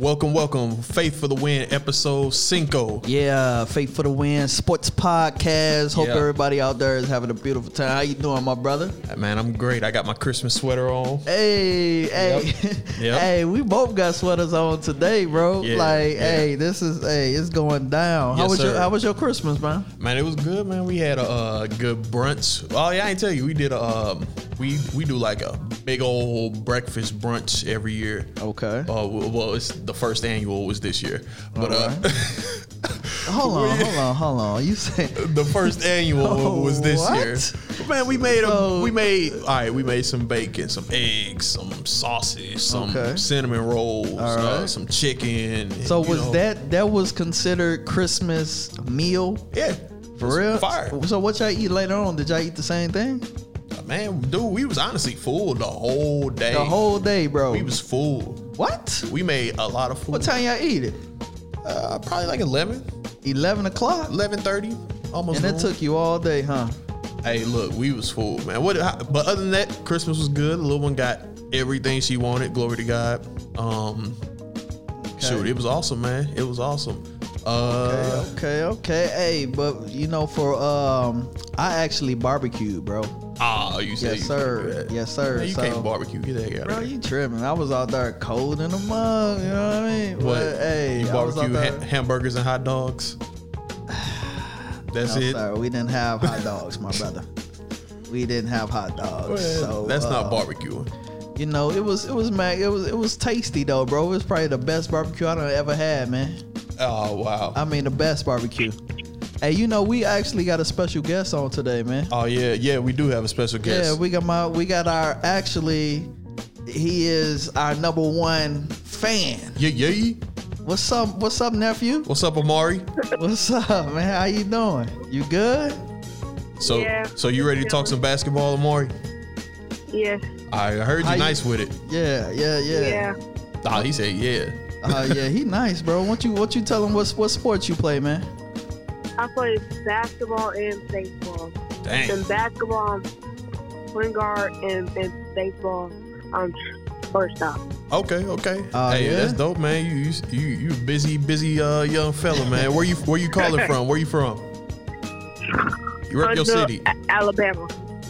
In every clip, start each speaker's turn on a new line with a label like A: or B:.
A: Welcome, welcome. Faith for the Win, episode cinco.
B: Yeah, Faith for the Win Sports Podcast. Hope
A: Yeah.
B: everybody out there is having a beautiful time. How you doing, my brother?
A: Man, I'm great. I got my Christmas sweater on.
B: Hey, hey,
A: Yep.
B: hey! We both got sweaters on today, bro.
A: Yeah,
B: like,
A: yeah.
B: hey, this is hey, it's going down. how
A: Yes,
B: was your
A: sir.
B: How was your Christmas, man?
A: Man, it was good, man. We had a uh, good brunch. Oh yeah, I ain't tell you. We did a um, we we do like a big old breakfast brunch every year.
B: Okay.
A: Uh, w- well, it's the first annual was this year, but uh,
B: Hold on, hold on, hold on. You said
A: the first annual
B: Oh,
A: was this
B: what?
A: year. Man, we made a,
B: So-
A: we made all right. We made some bacon, some eggs, some sausage, some
B: Okay.
A: cinnamon rolls, uh,
B: right.
A: some chicken. and,
B: so?
A: you
B: Was
A: know,
B: that that was considered Christmas meal?
A: yeah
B: For real?
A: fire?
B: So what y'all eat later on? Did y'all eat the same thing?
A: Man, dude, we was honestly full the whole day.
B: The whole day, bro.
A: we was full.
B: what?
A: We made a lot of food.
B: What time y'all eat it?
A: Uh, probably like 11,
B: Eleven o'clock.
A: 11.30, almost.
B: And it
A: noon.
B: took you all day, huh?
A: hey, look, we was full, man. What? How, but other than that, Christmas was good. The little one got everything she wanted. Glory to God. Um, shoot, it was awesome, man. It was awesome. Uh,
B: Okay, okay. Hey, but you know, for um, I actually barbecued, bro.
A: ah, you said
B: Yes,
A: you
B: sir.
A: couldn't do that.
B: Yes, sir.
A: Man, you
B: So-
A: can't barbecue. Get that out
B: Bro,
A: of here.
B: you tripping? I was out there cold in the mug. You know what I mean?
A: What?
B: But, hey,
A: you
B: I was out
A: barbecue
B: there.
A: ha- hamburgers and hot dogs. That's
B: No,
A: it.
B: sir, we didn't have hot dogs, my brother. We didn't have hot dogs.
A: Well,
B: so
A: that's
B: uh,
A: not barbecuing.
B: You know, it was it was mag- it was it was tasty though, bro. It was probably the best barbecue I done ever had, man.
A: Oh wow.
B: I mean, the best barbecue. Hey, you know, we actually got a special guest on today, man.
A: oh yeah, yeah. We do have a special guest.
B: Yeah, we got my we got our actually he is our number one fan.
A: Yeah, yeah.
B: What's up what's up nephew?
A: What's up, Amari?
B: What's up, man? How you doing? You good?
A: So,
C: Yeah.
A: so you ready to talk some basketball, Amari?
C: Yes.
A: I heard you
B: How you-
A: nice with it.
B: Yeah, yeah, yeah.
C: Yeah.
A: Ah, he said, yeah.
B: Uh, yeah, he nice, bro. What you what you tell him what's what sports you play, man?
C: I play basketball and baseball.
A: Dang.
C: In basketball, I'm point guard, and in baseball, um, I'm shortstop.
A: Okay, okay.
B: Oh,
A: hey,
B: yeah?
A: that's dope, man. You, you, you you busy, busy uh, young fella, man. Where you, where you calling from? Where you from? You rep your
C: Huntsville,
A: city.
C: A- Alabama.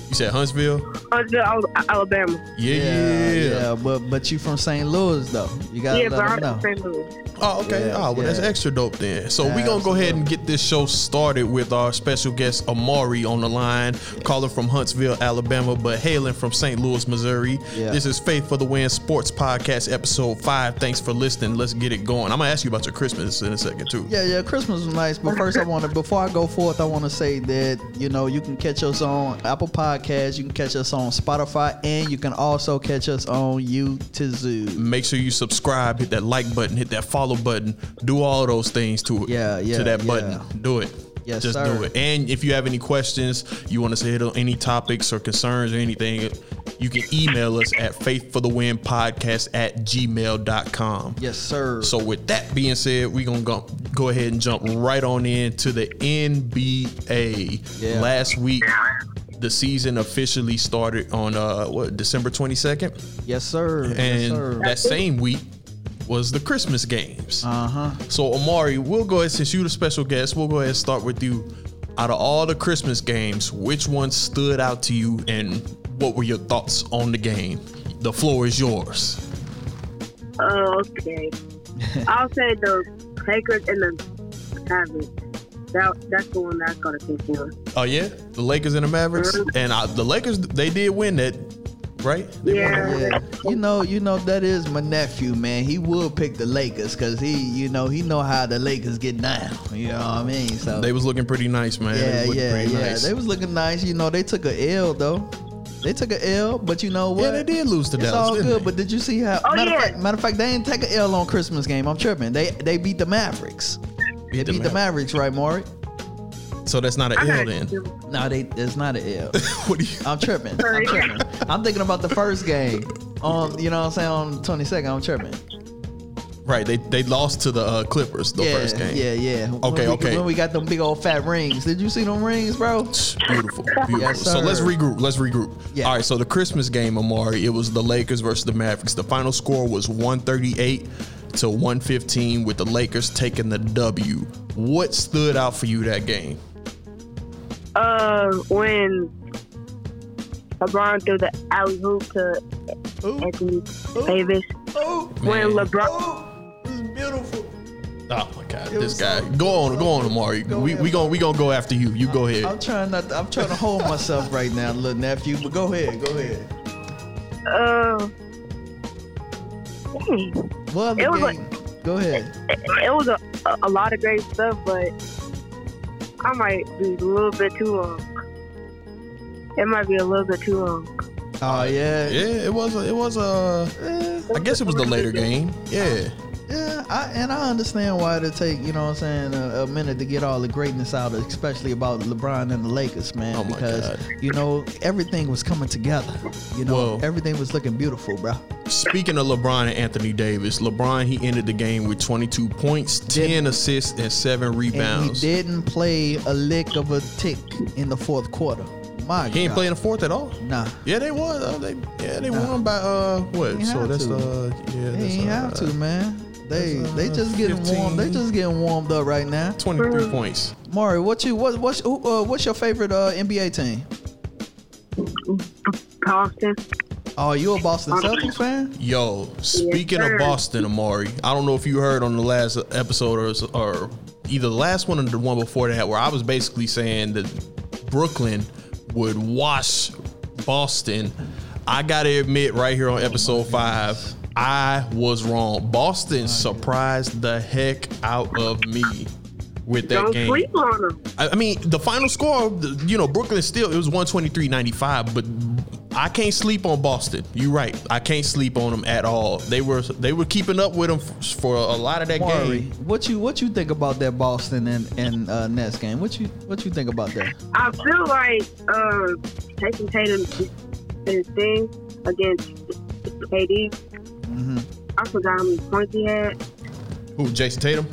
A: You said Huntsville.
C: Huntsville, Al- Alabama.
A: Yeah,
B: yeah,
A: yeah.
B: yeah, but but you from St. Louis though. You gotta
C: yeah, but
B: let him
C: I'm
B: know.
C: from St. Louis.
A: Oh, okay.
B: Yeah,
A: oh, well, that's
B: yeah.
A: extra dope then. So we're gonna go ahead and get this show started with our special guest Amari on the line, calling from Huntsville, Alabama, but hailing from St. Louis, Missouri.
B: Yeah.
A: This is Faith for the Win Sports Podcast, episode five. Thanks for listening. Let's get it going. I'm gonna ask you about your Christmas in a second too.
B: Yeah, yeah, Christmas was nice, but first I want to before I go forth, I want to say that you know you can catch us on Apple Podcasts, you can catch us on Spotify, and you can also catch us on YouTube.
A: Make sure you subscribe, hit that like button, hit that follow button, do all those things to it.
B: Yeah, yeah,
A: To that
B: yeah.
A: button. Do it.
B: Yes,
A: Just
B: sir.
A: do it. And if you have any questions, you want us to hit on any topics or concerns or anything, you can email us at faithforthewinpodcast at gmail.com.
B: Yes, sir.
A: So with that being said, we're gonna go, go ahead and jump right on in to the NBA.
B: Yeah.
A: Last week, the season officially started on uh what December twenty second.
B: yes, sir. yes,
A: And
B: sir.
A: that same week was the Christmas games.
B: Uh huh.
A: So Amari, we'll go ahead since you're the special guest. We'll go ahead and start with you. Out of all the Christmas games, which one stood out to you, and what were your thoughts on the game? The floor is yours.
C: Oh, okay. I'll say the Lakers and the Mavericks. That, that's the one that's going to consider.
A: Oh yeah, the Lakers and the Mavericks, and I, the Lakers they did win that, right? They won that.
C: Yeah.
B: Yeah, you know, you know that is my nephew, man. He would pick the Lakers because he, you know, he know how the Lakers get down. You know what I mean? So
A: They was looking pretty nice, man. They
B: yeah,
A: was looking
B: yeah,
A: pretty
B: yeah.
A: nice.
B: They was looking nice. You know, they took a L though. They took a L, but you know what?
A: yeah, they did lose to
B: It's
A: Dallas.
B: all
A: didn't
B: good,
A: they?
B: but did you see how?
C: Oh,
B: matter, of
C: yeah.
B: fact, matter of fact, they didn't take a L on Christmas game. I'm tripping. They they beat the Mavericks. they beat the Mavericks, right, Maury?
A: So that's not an L then.
B: No, they. It's not an L.
A: what do you?
B: I'm tripping. I'm
C: Sorry.
B: tripping. I'm thinking about the first game. On you know what I'm saying on the 22nd. I'm tripping.
A: Right, they they lost to the uh, Clippers the
B: yeah,
A: first game.
B: yeah, yeah. When
A: Okay,
B: we,
A: okay.
B: When we got them big old fat rings. Did you see them rings, bro?
A: Beautiful. beautiful.
B: Yes,
A: so
B: sir.
A: let's regroup. Let's regroup.
B: Yeah.
A: All right. So the Christmas game, Amari, it was the Lakers versus the Mavericks. The final score was 138 to 115 with the Lakers taking the W. What stood out for you that game?
C: Uh, when LeBron threw the alley hoop to Anthony Davis.
B: Oh,
C: When
A: Man.
C: LeBron,
B: oh, it's beautiful.
A: Oh my God,
B: It
A: this
B: was
A: guy.
B: so-
A: go on,
B: so
A: go on,
B: good.
A: Amari.
B: Go
A: we
B: ahead,
A: we gonna we gonna go after you. You go ahead.
B: I'm trying not. To, I'm trying to hold myself right now, little nephew. But go ahead, go ahead.
C: uh, dang.
B: Well, the
C: It was
B: game. go ahead.
C: it, it was a, a, a lot of great stuff, but I might be a little bit too long. It might be a little bit too long.
B: Oh yeah,
A: yeah, it was a, it was a.
B: Eh,
A: I guess it was the later game. Yeah,
B: yeah. I, and I understand why it'll take you know what I'm saying a, a minute to get all the greatness out, especially about LeBron and the Lakers, man.
A: Oh, my
B: because
A: God.
B: you know everything was coming together. You know
A: Whoa.
B: everything was looking beautiful, bro.
A: Speaking of LeBron and Anthony Davis, LeBron he ended the game with 22 points, 10 assists, and seven
B: And he
A: rebounds. He,
B: didn't play a lick of a tick in the fourth quarter. My God.
A: ain't playing the fourth at all.
B: Nah.
A: Yeah, they won. Uh, they yeah they
B: Nah.
A: won by uh what?
B: Ain't
A: so
B: have
A: that's
B: to.
A: uh yeah
B: They
A: that's,
B: ain't have
A: uh,
B: to, man. They
A: that's, uh,
B: they just getting warm. They
A: 15.
B: just getting warmed up right now.
A: 23 points.
B: Mari, what you what what's who, uh, what's your favorite uh, NBA team?
C: Boston,
B: Oh, you a Boston Celtics fan?
A: Yo, speaking of
C: sir.
A: Boston, Amari, I don't know if you heard on the last episode or, or either the last one or the one before that, where I was basically saying that Brooklyn would wash Boston. I got to admit, right here on episode five, I was wrong. Boston surprised the heck out of me with that
C: don't
A: game.
C: sleep on them.
A: I, I mean, the final score, the- you know, Brooklyn still it was 123-95, but I can't sleep on Boston. You're right. I can't sleep on them at all. They were they were keeping up with them f- for a lot of that
B: Mari,
A: game.
B: what you what you think about that Boston and and uh, Nets game? What you what you think about that?
C: I feel like uh, Jason Tatum did his thing against KD. I forgot how many points he had.
A: Who, Jason Tatum?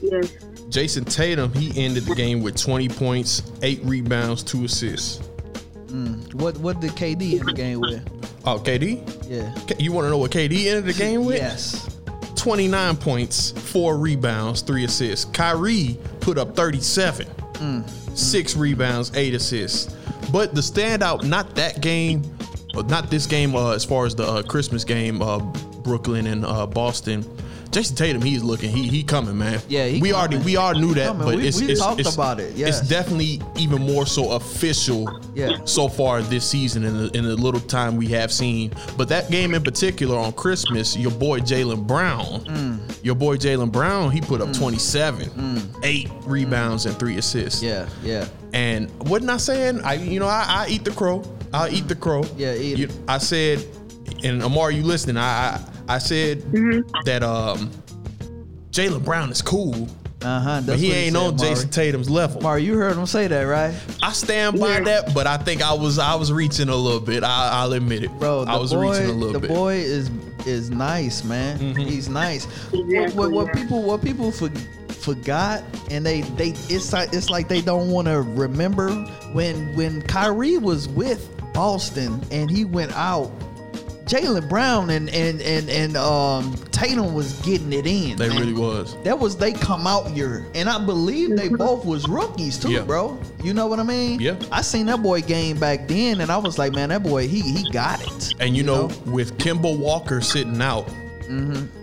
C: Yes,
A: Jason Tatum, he ended the game with 20 points, 8 rebounds, 2 assists.
B: What what did KD in the game with?
A: Oh, KD?
B: Yeah.
A: K- You want to know what KD ended the game with?
B: Yes.
A: 29 points, 4 rebounds, 3 assists. Kyrie put up 37. 6 rebounds, 8 assists. But the standout not that game, uh, not this game uh, as far as the uh, Christmas game uh, Brooklyn and uh, Boston. Jason Tatum, he's looking. He he coming, man.
B: Yeah, he
A: we
B: coming.
A: already we all knew that,
B: coming.
A: but
B: We-
A: it's,
B: we
A: it's-
B: talked
A: it's-
B: about it, yes.
A: It's definitely even more so official.
B: Yeah.
A: So far this season, in the, in the little time we have seen, but that game in particular on Christmas, your boy Jalen Brown,
B: Mm.
A: your boy Jalen Brown, he put up twenty seven, eight rebounds and three assists.
B: Yeah. Yeah.
A: And wasn't I saying I you know, I, I eat the crow. I'll eat the crow.
B: Yeah, eat
A: You-
B: it.
A: I said and Amar, you listening, I I, I said that um Jalen Brown is cool,
B: Uh huh.
A: but he ain't on Jason Tatum's level.
B: Mari, you heard him say that, right?
A: I stand by
C: Yeah.
A: that, but I think I was I was reaching a little bit. I, I'll admit it,
B: Bro, the
A: I was
B: boy,
A: reaching a little
B: the
A: bit. Mm-hmm.
B: boy is is nice, man. He's nice. What, what, what people what people for, forgot and they they it's like it's like they don't want to remember when when Kyrie was with Boston and he went out. Jalen Brown and and and and um, Tatum was getting it in.
A: they
B: man.
A: really was.
B: That was they come out year, and I believe they both was rookies too,
A: Yeah.
B: bro. You know what I mean?
A: Yeah.
B: I seen that boy game back then, and I was like, man, that boy, he he got it.
A: And you, know, with Kimball Walker sitting out,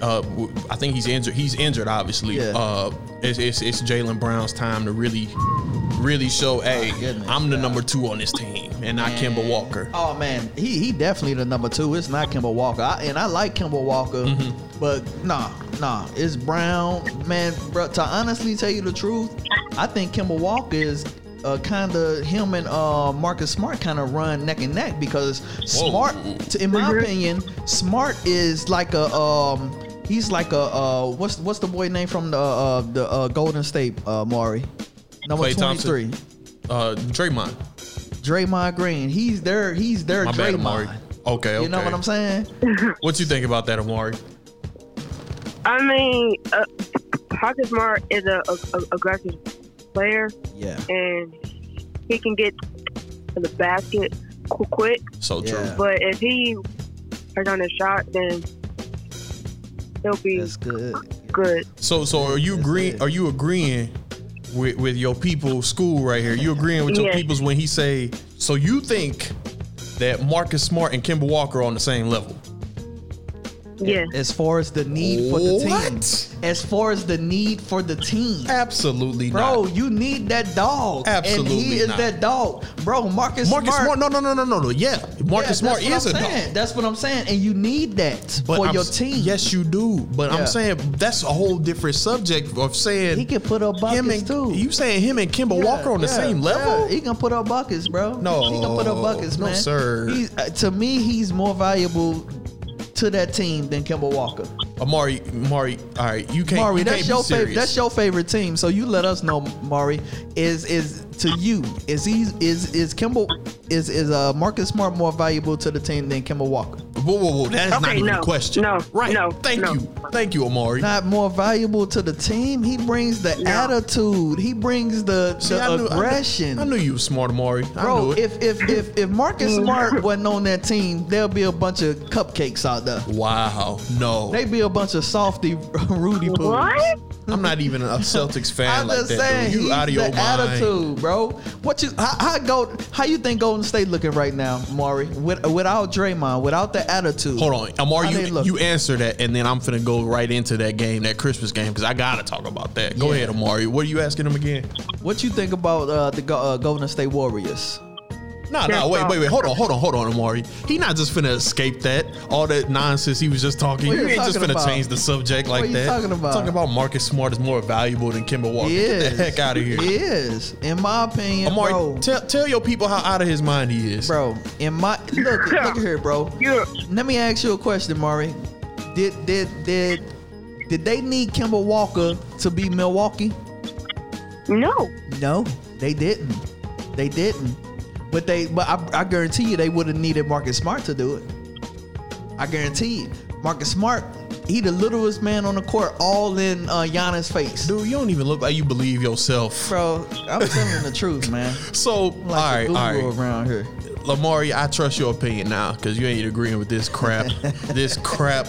A: uh, w- I think he's injured. He's injured, obviously.
B: Mm-hmm. Yeah.
A: Uh, it's it's, it's Jalen Brown's time to really, really show. Hey,
B: goodness,
A: I'm the
B: yeah.
A: number two on this team, and not Kimball Walker.
B: Oh man, he he definitely the number two. It's not Kimball Walker, I, and I like Kimball Walker,
A: Mm-hmm.
B: but nah, nah, it's Brown, man. Bro, to honestly tell you the truth, I think Kimball Walker is. Uh, kind of him and uh, Marcus Smart kind of run neck and neck because Smart, t- in my opinion, Smart is like a um, he's like a uh, what's what's the boy name from the uh, the uh, Golden State uh, Maury, number
A: Klay
B: twenty
A: Thompson.
B: three.
A: Uh, Draymond.
B: Draymond Green. He's their he's their
A: My bad, Amari.
B: Draymond.
A: Okay, okay.
B: You know what I'm saying?
A: What you think about that, Amari?
C: I mean, uh, Marcus Smart is a, a, a aggressive player,
B: Yeah.
C: and he can get to the basket qu- quick.
A: So
B: Yeah.
A: true.
C: But if he is on a shot, then It'll be
B: That's good.
C: good.
A: So so are you
B: That's
A: agree
B: it.
A: are you agreeing with, with your people school right here? You agreeing with your
C: Yeah.
A: peoples when he say so you think that Marcus Smart and Kimber Walker are on the same level?
C: Yeah.
B: As far as the need for the team.
A: What?
B: As far as the need for the team.
A: Absolutely
B: Bro,
A: not.
B: you need that dog. And
A: Absolutely
B: he is
A: not.
B: that dog. Bro, Marcus,
A: Marcus
B: Smart.
A: Smart, no no no no no no. Yeah.
B: Yeah,
A: Marcus
B: that's
A: Smart
B: what
A: is a
B: I'm
A: dog.
B: saying. That's what I'm saying. And you need that for
A: I'm
B: your
A: s-
B: team.
A: Yes, you do. But
B: Yeah.
A: I'm saying that's a whole different subject of saying
B: He can put up buckets
A: him and
B: too.
A: you saying him and Kimber
B: Yeah,
A: Walker on the
B: yeah,
A: same level?
B: yeah. He can put up buckets, bro.
A: No,
B: he can put up buckets,
A: no,
B: man.
A: sir.
B: He's, uh, to me, he's more valuable to that team than Kimball Walker.
A: Amari, Amari, all right, you can't.
B: Mari,
A: you
B: that's
A: can't
B: your
A: be serious.
B: favorite. That's your favorite team. So you let us know, Mari. Is is to you? Is he? Is is Kimball? Is is uh, Marcus Smart more valuable to the team than Kimball Walker?
A: Whoa, whoa, whoa! That's not
C: Okay,
A: even
C: no,
A: a question.
C: no,
A: right?
C: no,
A: Thank
C: no.
A: you, thank you, Amari.
B: Not more valuable to the team. He brings the
C: No.
B: attitude. He brings the,
A: See,
B: the
A: I knew- I knew-
B: aggression.
A: I knew, you was smart, Amari. I
B: Bro,
A: knew it.
B: if if if if Marcus Smart wasn't on that team, there'll be a bunch of cupcakes out there.
A: wow, no,
B: They be a bunch of softy Rudy poos.
C: What?
A: I'm not even a Celtics fan
B: I'm
A: like
B: just
A: that.
B: saying,
A: dude. You
B: he's
A: out of your
B: the
A: mind?
B: attitude, bro. What you how, how go? How you think Golden State looking right now, Maury? With, without Draymond, without the attitude.
A: Hold on, Amari,
B: How they
A: you,
B: look?
A: you answer that, and then I'm finna go right into that game, that Christmas game, because I gotta talk about that. Go
B: Yeah.
A: ahead, Amari. What are you asking him again?
B: What you think about uh, the Go- uh, Golden State Warriors?
A: No,
C: That's
A: no, wait,
C: all.
A: wait, wait. Hold on, hold on, hold on, Amari. He not just finna escape that all that nonsense he was just talking.
B: What
A: You
B: you
A: ain't just
B: talking
A: finna
B: about?
A: change the subject like
B: you
A: that.
B: talking about?
A: Talking about Marcus Smart is more valuable than Kimber Walker. Oh, Get
B: Yes.
A: the heck out of here.
B: Yes, in my opinion, bro.
A: Amari, tell, tell your people how out of his mind he is.
B: bro, in my look, look here, bro.
C: Yeah.
B: Let me ask you a question, Maury. Did did did did they need Kimball Walker to be Milwaukee?
C: No.
B: No, they didn't. They didn't. But they but I, I guarantee you they would have needed Marcus Smart to do it. I guarantee you. Marcus Smart, he the littlest man on the court, all in uh, Giannis' face.
A: Dude, you don't even look like you believe yourself.
B: Bro, I'm telling the truth, man.
A: So,
B: I'm
A: all right,
B: like
A: all
B: all
A: right.
B: around here.
A: Lamari, I trust your opinion now because you ain't agreeing with this crap. this crap.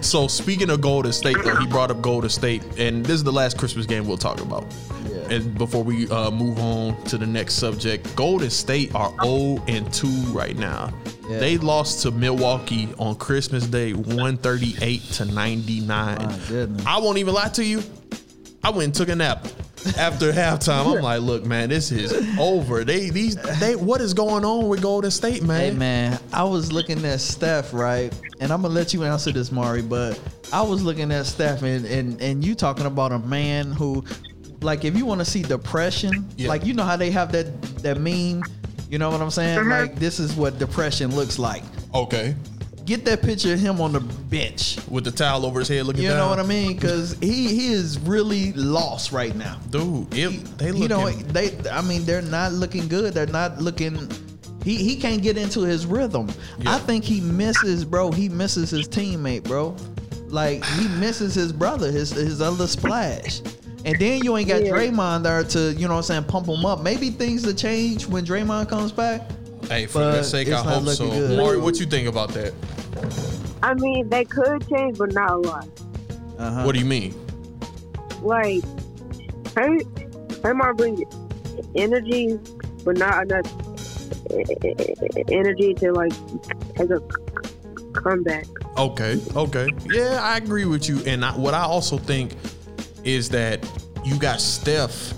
A: So speaking of Golden State, though, he brought up Golden State, and this is the last Christmas game we'll talk about.
B: Yeah.
A: And before we uh, move on to the next subject, Golden State are 0 and 2 right now.
B: Yeah.
A: They lost to Milwaukee on Christmas Day, 138 to 99.
B: My goodness.
A: I won't even lie to you. I went and took a nap after halftime. I'm like, look, man, this is over. They these they what is going on with Golden State,
B: Hey
A: man?
B: man, I was looking at Steph, right? And I'm gonna let you answer this, Mari, but I was looking at Steph and and, and you talking about a man who like if you wanna see depression,
A: Yeah.
B: like you know how they have that that meme, you know what I'm saying?
A: Mm-hmm.
C: Mhm.
B: Like this is what depression looks like.
A: Okay.
B: Get that picture of him on the bench.
A: With the towel over his head looking
B: You
A: down.
B: know what I mean? Cause he he is really lost right now.
A: Dude, it, they
B: You
A: look
B: know they I mean they're not looking good. They're not looking he, he can't get into his rhythm.
A: Yeah.
B: I think he misses bro, he misses his teammate, bro. Like he misses his brother, his his other splash. And then you ain't got
C: Yeah.
B: Draymond there to, you know what I'm saying, pump him up. Maybe things will change when Draymond comes back.
A: Hey, for
B: but
A: your sake,
B: it's
A: I
B: not
A: hope so.
B: looking good.
A: Mari, what you think about that?
C: I mean, they could change, but not a lot.
B: Uh-huh.
A: What do you mean?
C: Like, they, they might bring energy, but not enough energy to, like, take a comeback.
A: Okay, okay. Yeah, I agree with you. And I, what I also think is that you got Steph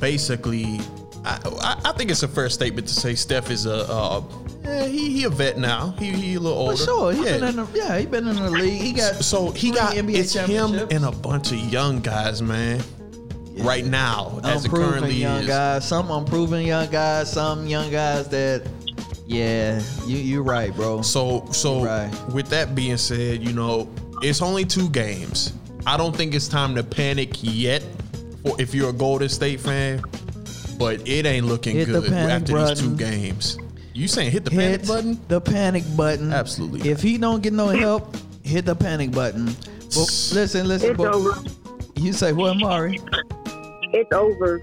A: basically. I, I, I think it's a fair statement to say Steph is a. Uh, yeah, he, he a vet now. He, he a little older.
B: For sure. He been in the, yeah, he been in the league. He got
A: so he
B: three
A: got
B: NBA
A: it's him
B: championships.
A: and a bunch of young guys, man. Right now, as it
B: unproven
A: currently
B: young
A: is.
B: guys, some unproven young guys, some young guys that, yeah, you you right, bro.
A: So so
B: Right.
A: with that being said, you know, it's only two games. I don't think it's time to panic yet for if you're a Golden State fan, but it ain't looking
B: Hit the
A: good
B: panic
A: after these two
B: button.
A: games. You saying hit the
B: hit
A: panic button?
B: the panic button.
A: Absolutely.
B: If he don't get no help, hit the panic button. But listen, listen,
C: It's
B: but
C: over.
B: you say what, Mari?
C: It's over.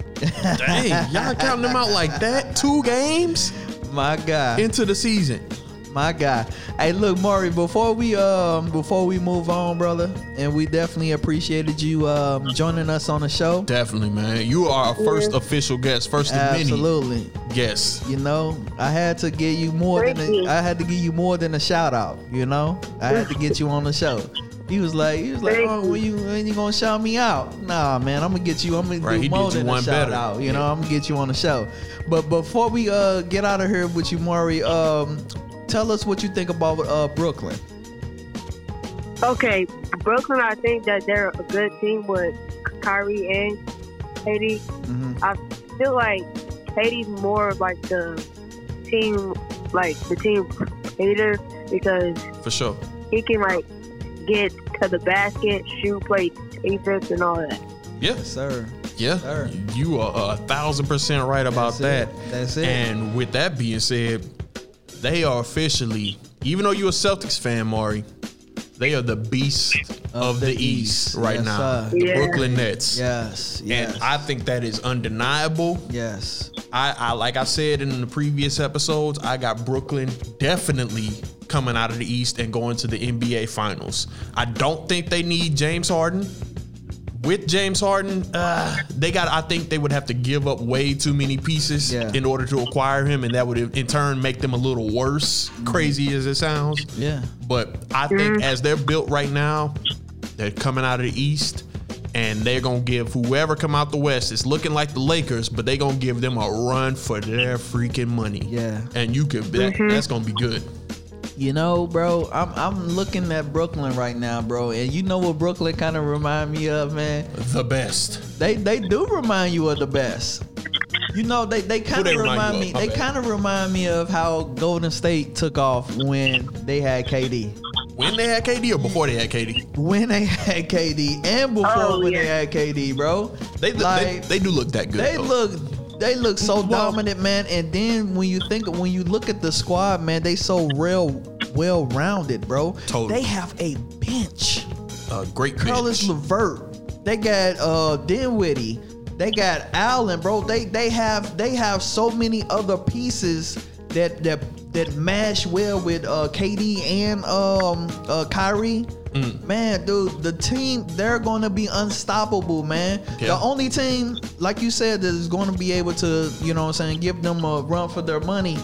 A: Dang, y'all counting them out like that? Two games
B: My God,
A: into the season.
B: My God. Hey, look, Maury. Before we um before we move on, brother, and we definitely appreciated you um joining us on the show.
A: Definitely, man. You are our first official guest, first of many
B: Absolutely.
A: guests.
B: You know, I had to get you more than
C: Thank
B: a,
C: you.
B: I had to give you more than a shout out. You know, I had to get you on the show. He was like, he was like,
C: Thank
B: oh, when you when you gonna shout me out? Nah, man, I'm gonna get you. I'm gonna
A: Right,
B: do
A: he did
B: more
A: you
B: than a
A: one
B: shout
A: better.
B: out. You know, I'm gonna get you on the show. But before we uh get out of here with you, Maury, um, tell us what you think about uh Brooklyn.
C: Okay, Brooklyn. I think that they're a good team with Kyrie and Katie.
B: hmm
C: I feel like Katie's more of like the team, like the team leader because
A: For sure.
C: he can like get to the basket, shoot, play defense, and all that.
A: Yeah,
B: Yes, sir.
A: yeah.
B: Sir.
A: You are a thousand percent right about that.
B: That's it. That's it.
A: And with that being said, they are officially, even though you're a Celtics fan, Mari, they are the beast of, the,
B: the
A: East,
B: East.
A: right
B: Yes,
A: now.
B: sir.
A: The
C: Yeah.
A: Brooklyn Nets.
B: Yes. Yes.
A: And I think that is undeniable.
B: yes.
A: I, I like I said in the previous episodes, I got Brooklyn definitely coming out of the East and going to the NBA Finals. I don't think they need James Harden. With James Harden, uh, they got. I think they would have to give up way too many pieces
B: Yeah.
A: in order to acquire him, and that would in turn make them a little worse. Crazy as it sounds,
B: Yeah.
A: but I think as they're built right now, they're coming out of the East, and they're gonna give whoever come out the West. It's looking like the Lakers, but they gonna give them a run for their freaking money.
B: Yeah.
A: and you could that, that's gonna be good.
B: You know, bro, I'm I'm looking at Brooklyn right now, bro, and you know what Brooklyn kind of remind me of, man.
A: The best.
B: They they do remind you of the best. You know, they they kind
A: they
B: of
A: remind you
B: remind
A: of?
B: me.
A: My
B: They
A: bad.
B: kind of remind me of how Golden State took off when they had KD,
A: When they had KD or before they had KD,
B: when they had KD, and before
C: Oh,
B: when
C: yeah.
B: they had KD, bro.
A: they
B: Like-
A: they, they do look that good.
B: They
A: though.
B: look they look so dominant, man. And then when you think when you look at the squad, man, they so real well rounded, bro.
A: Totally.
B: They have a bench.
A: a great
B: Carlos
A: bench.
B: Levert. They got uh Dinwiddie. They got Allen, bro. They they have they have so many other pieces that that that mash well with uh KD and um uh Kyrie.
A: Mm.
B: Man, dude, the team they're gonna be unstoppable, man.
A: Yeah.
B: The only team, like you said, that is gonna be able to, you know what I'm saying, give them a run for their money,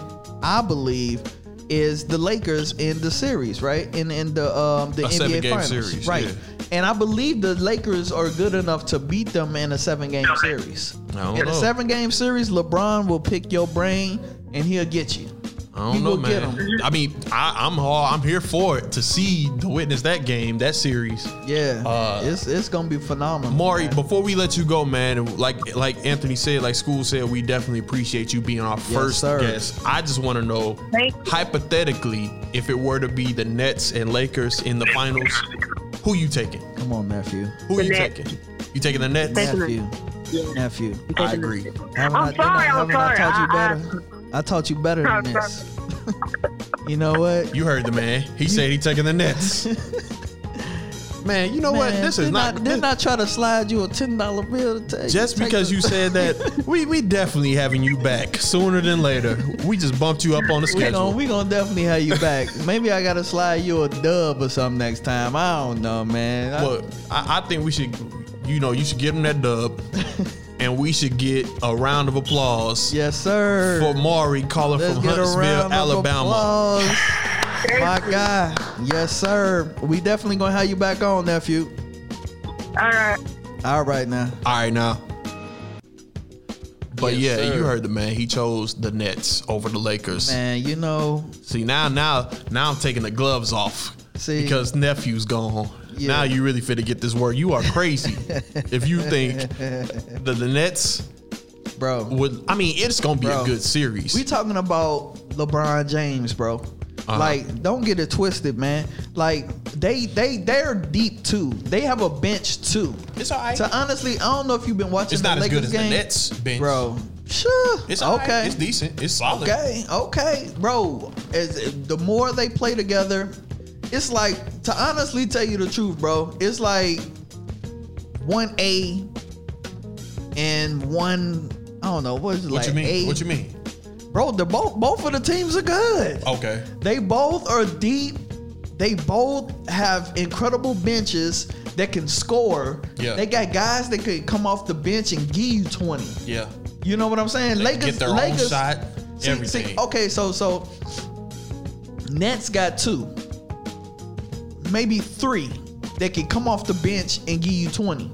B: I believe, is the Lakers in the series, right? In in the um the
A: A
B: NBA
A: seven-game
B: finals.
A: series,
B: right.
A: yeah.
B: And I believe the Lakers are good enough to beat them in a seven game series.
A: I don't
B: in a
A: know.
B: seven game series, LeBron will pick your brain and he'll get you.
A: I don't
B: You
A: know,
B: go get
A: man.
B: 'em.
A: I mean, I, I'm all, I'm here for it to see to witness that game, that series.
B: Yeah.
A: Uh,
B: it's it's gonna be phenomenal.
A: Mari,
B: man.
A: before we let you go, man, and like like Anthony said, like school said, we definitely appreciate you being our first
B: sir.
A: guest. I just want to know,
C: Thank you.
A: hypothetically, if it were to be the Nets and Lakers in the finals, who you taking?
B: Come on, nephew.
A: Who
C: The
A: you
C: Nets.
A: taking? You taking the Nets?
C: Thank-
B: Nephew.
C: Yeah.
B: Nephew.
A: I agree.
B: Haven't
C: I'm
B: I- didn't
C: sorry,
B: I,
C: I'm
B: haven't I
C: sorry.
B: taught
C: I-
B: you better. I taught you better than
C: I'm
B: this. you know what?
A: You heard the man. He said he taking the Nets. man, you know what?
B: Man,
A: This is
B: didn't
A: not.
B: I,
A: this-
B: didn't I try to slide you a ten dollar bill to take
A: just
B: take
A: because
B: the-
A: you said that, we we definitely having you back sooner than later. We just bumped you up on the
B: We gonna,
A: schedule.
B: we gonna definitely have you back. Maybe I gotta slide you a dub or something next time. I don't know, man. I-
A: Well, I, I think we should, you know, you should give him that dub, and we should get a round of applause
B: yes, sir.
A: for Maury calling
B: Let's
A: from
B: get a
A: Huntsville,
B: round
A: Alabama.
B: of applause. My God. Yes, sir. We definitely gonna have you back on, nephew.
C: All right.
B: All right now.
A: All right, now. But
B: Yes,
A: yeah,
B: sir.
A: you heard the man. He chose the Nets over the Lakers.
B: Man, you know,
A: See now, now, now I'm taking the gloves off
B: See.
A: because nephew's gone.
B: Yeah.
A: Now you really fit to get this word. You are crazy if you think that the Nets
B: bro.
A: would. I mean, it's gonna be
B: Bro.
A: a good series.
B: We talking about LeBron James, bro.
A: Uh-huh.
B: Like, don't get it twisted, man. Like, they they they're deep too. They have a bench too.
A: it's all right.
B: To honestly, I don't know if you've been watching.
A: It's
B: the
A: not as
B: Lakers
A: good as
B: game.
A: the Nets bench,
B: bro. Sure.
A: It's
B: okay.
A: okay. It's decent. It's solid.
B: Okay, okay, bro. As, the more they play together, it's like to honestly tell you the truth, bro. It's like one A and one. I don't know what is it
A: What
B: like.
A: you mean?
B: A,
A: What you mean? Oh.
B: Bro, the both both of the teams are good.
A: Okay.
B: They both are deep. They both have incredible benches that can score.
A: Yeah.
B: They got guys that could come off the bench and give you 20.
A: Yeah.
B: You know what I'm saying?
A: They
B: Lakers
A: get their
B: Lakers,
A: own shot.
B: See- oh. see,
A: everything.
B: okay, so so Nets got two, maybe three that can come off the bench and give you twenty.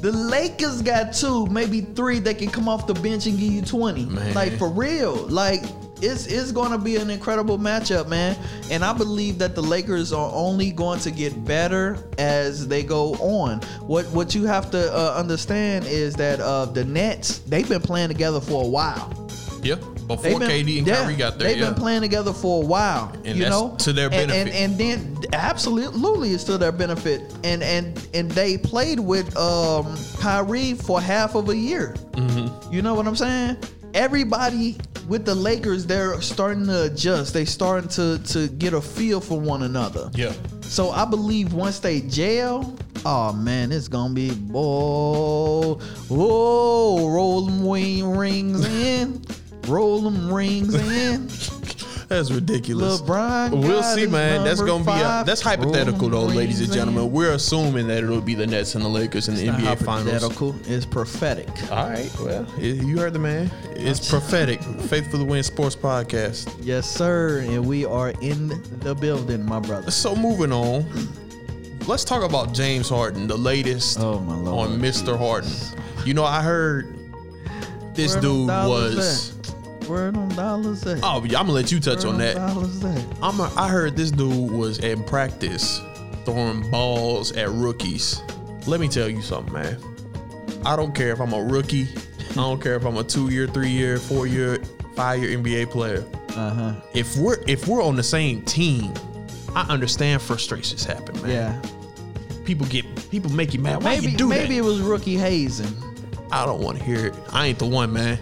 B: The Lakers got two, maybe three that can come off the bench and give you twenty.
A: Man.
B: Like for real, like. It's, it's going to be an incredible matchup, man. And I believe that the Lakers are only going to get better as they go on. What what you have to uh, understand is that uh, the Nets, they've been playing together for a while.
A: Yeah.
B: They've
A: Before
B: been-
A: KD and
B: yeah,
A: Kyrie got there.
B: They've
A: yeah.
B: been playing together for a while.
A: And
B: you
A: that's
B: know?
A: to their
B: And- and-
A: benefit.
B: And, then absolutely it's to their benefit. And and and they played with um Kyrie for half of a year.
A: Mm-hmm.
B: You know what I'm saying? Everybody with the Lakers, they're starting to adjust. They starting to to get a feel for one another.
A: Yeah.
B: So I believe once they jail, oh man, it's gonna be boy. Whoa, roll them wing rings in, roll them rings in.
A: That's ridiculous.
B: LeBron
A: We'll
B: got
A: see,
B: his
A: man. That's gonna
B: number
A: be a,
B: five.
A: that's hypothetical though,
B: Roman
A: ladies and
B: Reigns,
A: gentlemen.
B: man.
A: We're assuming that it'll be the Nets and the Lakers in the
B: Not
A: NBA Finals.
B: hypothetical, It's prophetic.
A: All right, well, i- you heard the man. It's prophetic. Faith for the Win Sports Podcast.
B: Yes, sir. And we are in the building, my brother.
A: So moving on, let's talk about James Harden, the latest
B: Oh, my Lord.
A: on Mr. Harden. You know, I heard this
B: Where them
A: dude
B: dollars
A: was.
B: at? Where them dollars at?
A: Oh, yeah, I'm gonna let you touch
B: Where
A: on
B: them
A: that.
B: dollars at?
A: I'm a, I heard this dude was in practice throwing balls at rookies. Let me tell you something, man. I don't care if I'm a rookie. I don't care if I'm a two-year, three-year, four-year, five-year NBA player.
B: Uh-huh.
A: If we're if we're on the same team, I understand frustrations happen, man.
B: Yeah.
A: People get people make you mad. Why
B: maybe
A: you do
B: maybe it
A: that?
B: was rookie hazing.
A: I don't want to hear it. I ain't the one, man.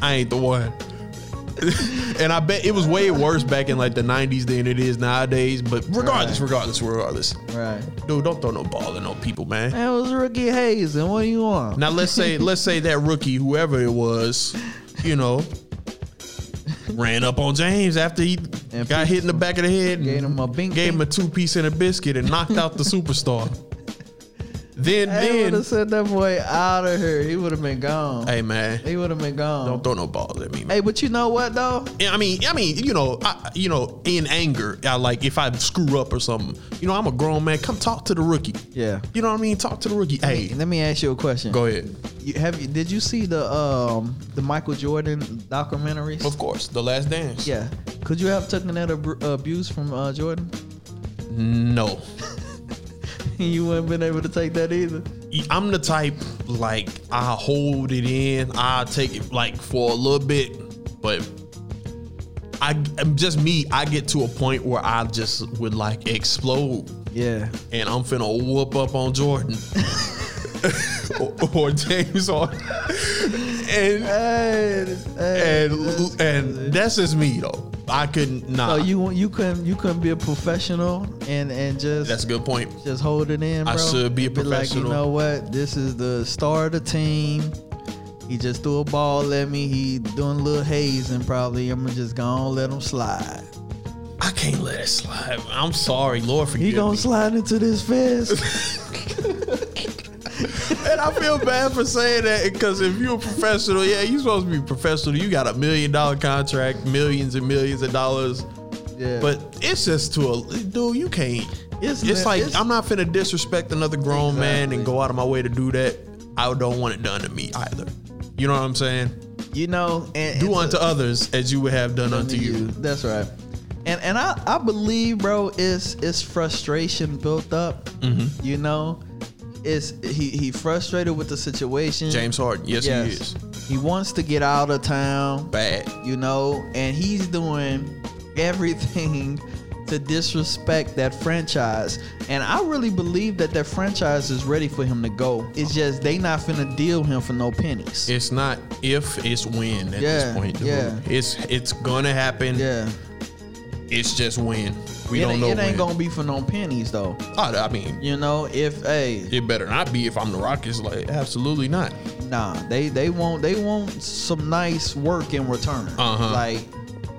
A: I ain't the one. and I bet it was way worse back in like the 90s than it is nowadays. But regardless,
B: Right.
A: regardless, regardless,
B: Right.
A: dude, don't throw no ball at no people, man.
B: That was rookie hazing. What do you want?
A: Now let's say let's say that rookie, whoever it was, you know, ran up on James after he
B: And
A: got hit in the back of the head, and
B: Gave him a bink
A: gave him a
B: bink.
A: two piece and a biscuit, and knocked out the superstar. then
B: They would
A: then,
B: have sent that boy out of here. He would have been gone.
A: hey man,
B: He would have been gone.
A: don't throw no balls at me, man.
B: hey, but you know what though?
A: Yeah, I mean, I mean, you know, I, you know, in anger, I like if I screw up or something, you know, I'm a grown man. Come talk to the rookie.
B: Yeah.
A: You know what I mean? Talk to the rookie. Hey,
B: Let me ask you a question.
A: go ahead.
B: You, have you did you see the um the Michael Jordan documentaries?
A: Of course, the last dance.
B: yeah. Could you have taken that ab- abuse from uh, Jordan?
A: No,
B: you wouldn't been able to take that either.
A: I'm the type like I hold it in. I take it like for a little bit, but I am just me. I get to a point where I just would like explode,
B: Yeah.
A: and I'm finna whoop up on Jordan. or, or James Harden, and
B: Hey. hey
A: and and that's just me though. I couldn't. Nah,
B: so Oh, you you couldn't you couldn't be a professional and and just
A: that's a good point.
B: just hold it in. Bro.
A: I should be a
B: Like,
A: professional.
B: you know what? This is the star of the team. He just threw a ball at me. He doing a little hazing probably. I'm gonna just gonna let him slide.
A: I can't let it slide. I'm sorry, Lord forgive
B: He gonna
A: me.
B: slide into this fist.
A: and I feel bad for saying that because if you're a professional, yeah, you're supposed to be professional. You got a million dollar contract, millions and millions of dollars.
B: yeah.
A: But it's just to a dude. You can't.
B: It's
A: It's,
B: li-
A: like
B: it's-
A: I'm not finna disrespect another grown man
B: Exactly.
A: and go out of my way to do that. I don't want it done to me either. You know what I'm saying?
B: you know, and
A: Do
B: it's
A: unto
B: a-
A: others as you would have done unto you.
B: That's right. And and I, I believe, bro, it's it's frustration built up.
A: Mm-hmm.
B: You know, it's he he frustrated with the situation.
A: James Harden. Yes, he is.
B: He wants to get out of town.
A: Bad.
B: you know, and he's doing everything to disrespect that franchise. And I really believe that that franchise is ready for him to go. It's just they not finna deal him for no pennies.
A: It's not if, it's when at
B: Yeah,
A: this point. dude.
B: yeah.
A: It's it's gonna happen.
B: yeah,
A: It's just when we
B: it
A: don't
B: ain't,
A: know.
B: it ain't
A: when.
B: gonna be for no pennies though.
A: I, I mean,
B: You know, if hey,
A: it better not be if I'm the Rockets. Like, absolutely not.
B: nah, they they want they want some nice work in return.
A: Uh-huh.
B: Like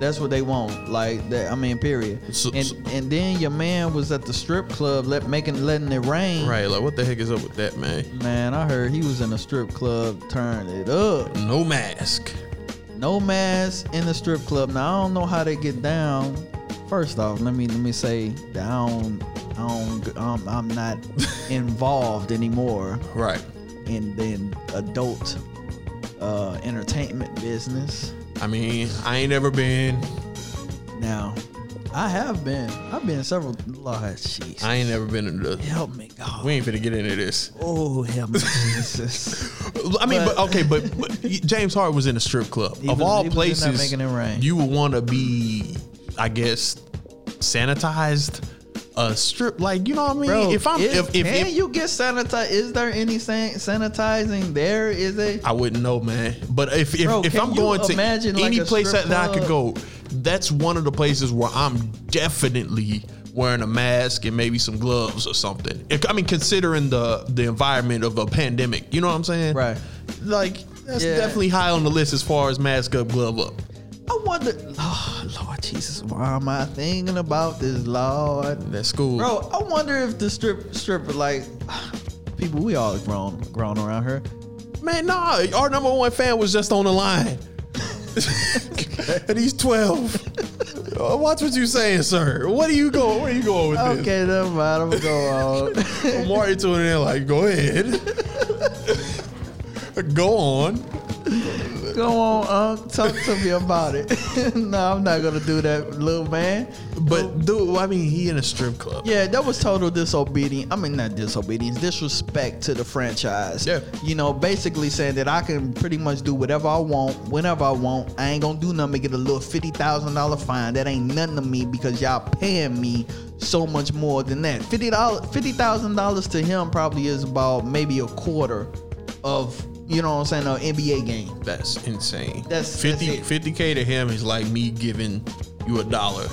B: that's what they want. Like that. I mean, period.
A: So-
B: and
A: so-
B: and then your man was at the strip club, let making letting it rain.
A: Right? Like, what the heck is up with that, man?
B: Man, I heard he was in a strip club, turned it up.
A: No mask.
B: No mask in the strip club. Now I don't know how they get down. First off, let me let me say that I don't I don't um, I'm not involved anymore
A: Right.
B: in the adult uh, entertainment business.
A: I mean, I ain't ever been.
B: Now, I have been. I've been several. Lord, jeez.
A: I ain't never been in the.
B: help me, God.
A: We ain't finna get into this.
B: oh, help me, Jesus.
A: I mean, but,
B: But-
A: okay, but, but James Hart was in a strip club.
B: He
A: of
B: was-
A: all
B: he was in there
A: places,
B: making it rain.
A: you would want to be, I guess, sanitized. A strip, like you know what I mean.
B: Bro,
A: if I'm,
B: is-
A: if if,
B: can
A: if
B: you get sanitized? Is there any san- sanitizing? There is a.
A: I wouldn't know, man. But if if,
B: Bro,
A: if
B: can
A: I'm
B: you
A: going to
B: imagine, like,
A: any
B: a
A: place that,
B: strip
A: that I could go,
B: club?
A: that's one of the places where I'm definitely wearing a mask and maybe some gloves or something. If, I mean, considering the the environment of a pandemic, you know what I'm saying?
B: Right.
A: Like that's
B: Yeah.
A: definitely high on the list as far as mask up, glove up.
B: I wonder. Oh, Lord Jesus, why am I thinking about this, Lord?
A: That's cool.
B: Bro, I wonder if the strip stripper like people. We all grown grown around here.
A: Man, nah, our number one fan was just on the line. and he's 12. Uh, Watch what you saying, sir. What are you going? Where are you going with this?
B: Okay, never mind. I'm gonna go on.
A: Marty tuning in like, go ahead. go on.
B: Go on, Unc. Talk to me about it. no, I'm not gonna do that, little man.
A: But dude, I mean he in a strip club.
B: Oh. Yeah, that was total disobedience. I mean, not disobedience, disrespect to the franchise.
A: Yeah.
B: You know, basically saying that I can pretty much do whatever I want, whenever I want. I ain't gonna do nothing but get a little fifty thousand dollar fine. That ain't nothing to me because y'all paying me so much more than that. Fifty dollars, fifty thousand dollars to him probably is about maybe a quarter of you know what I'm saying, an NBA game.
A: That's insane.
B: That's-
A: 50
B: that's it.
A: 50k to him is like me giving you a dollar.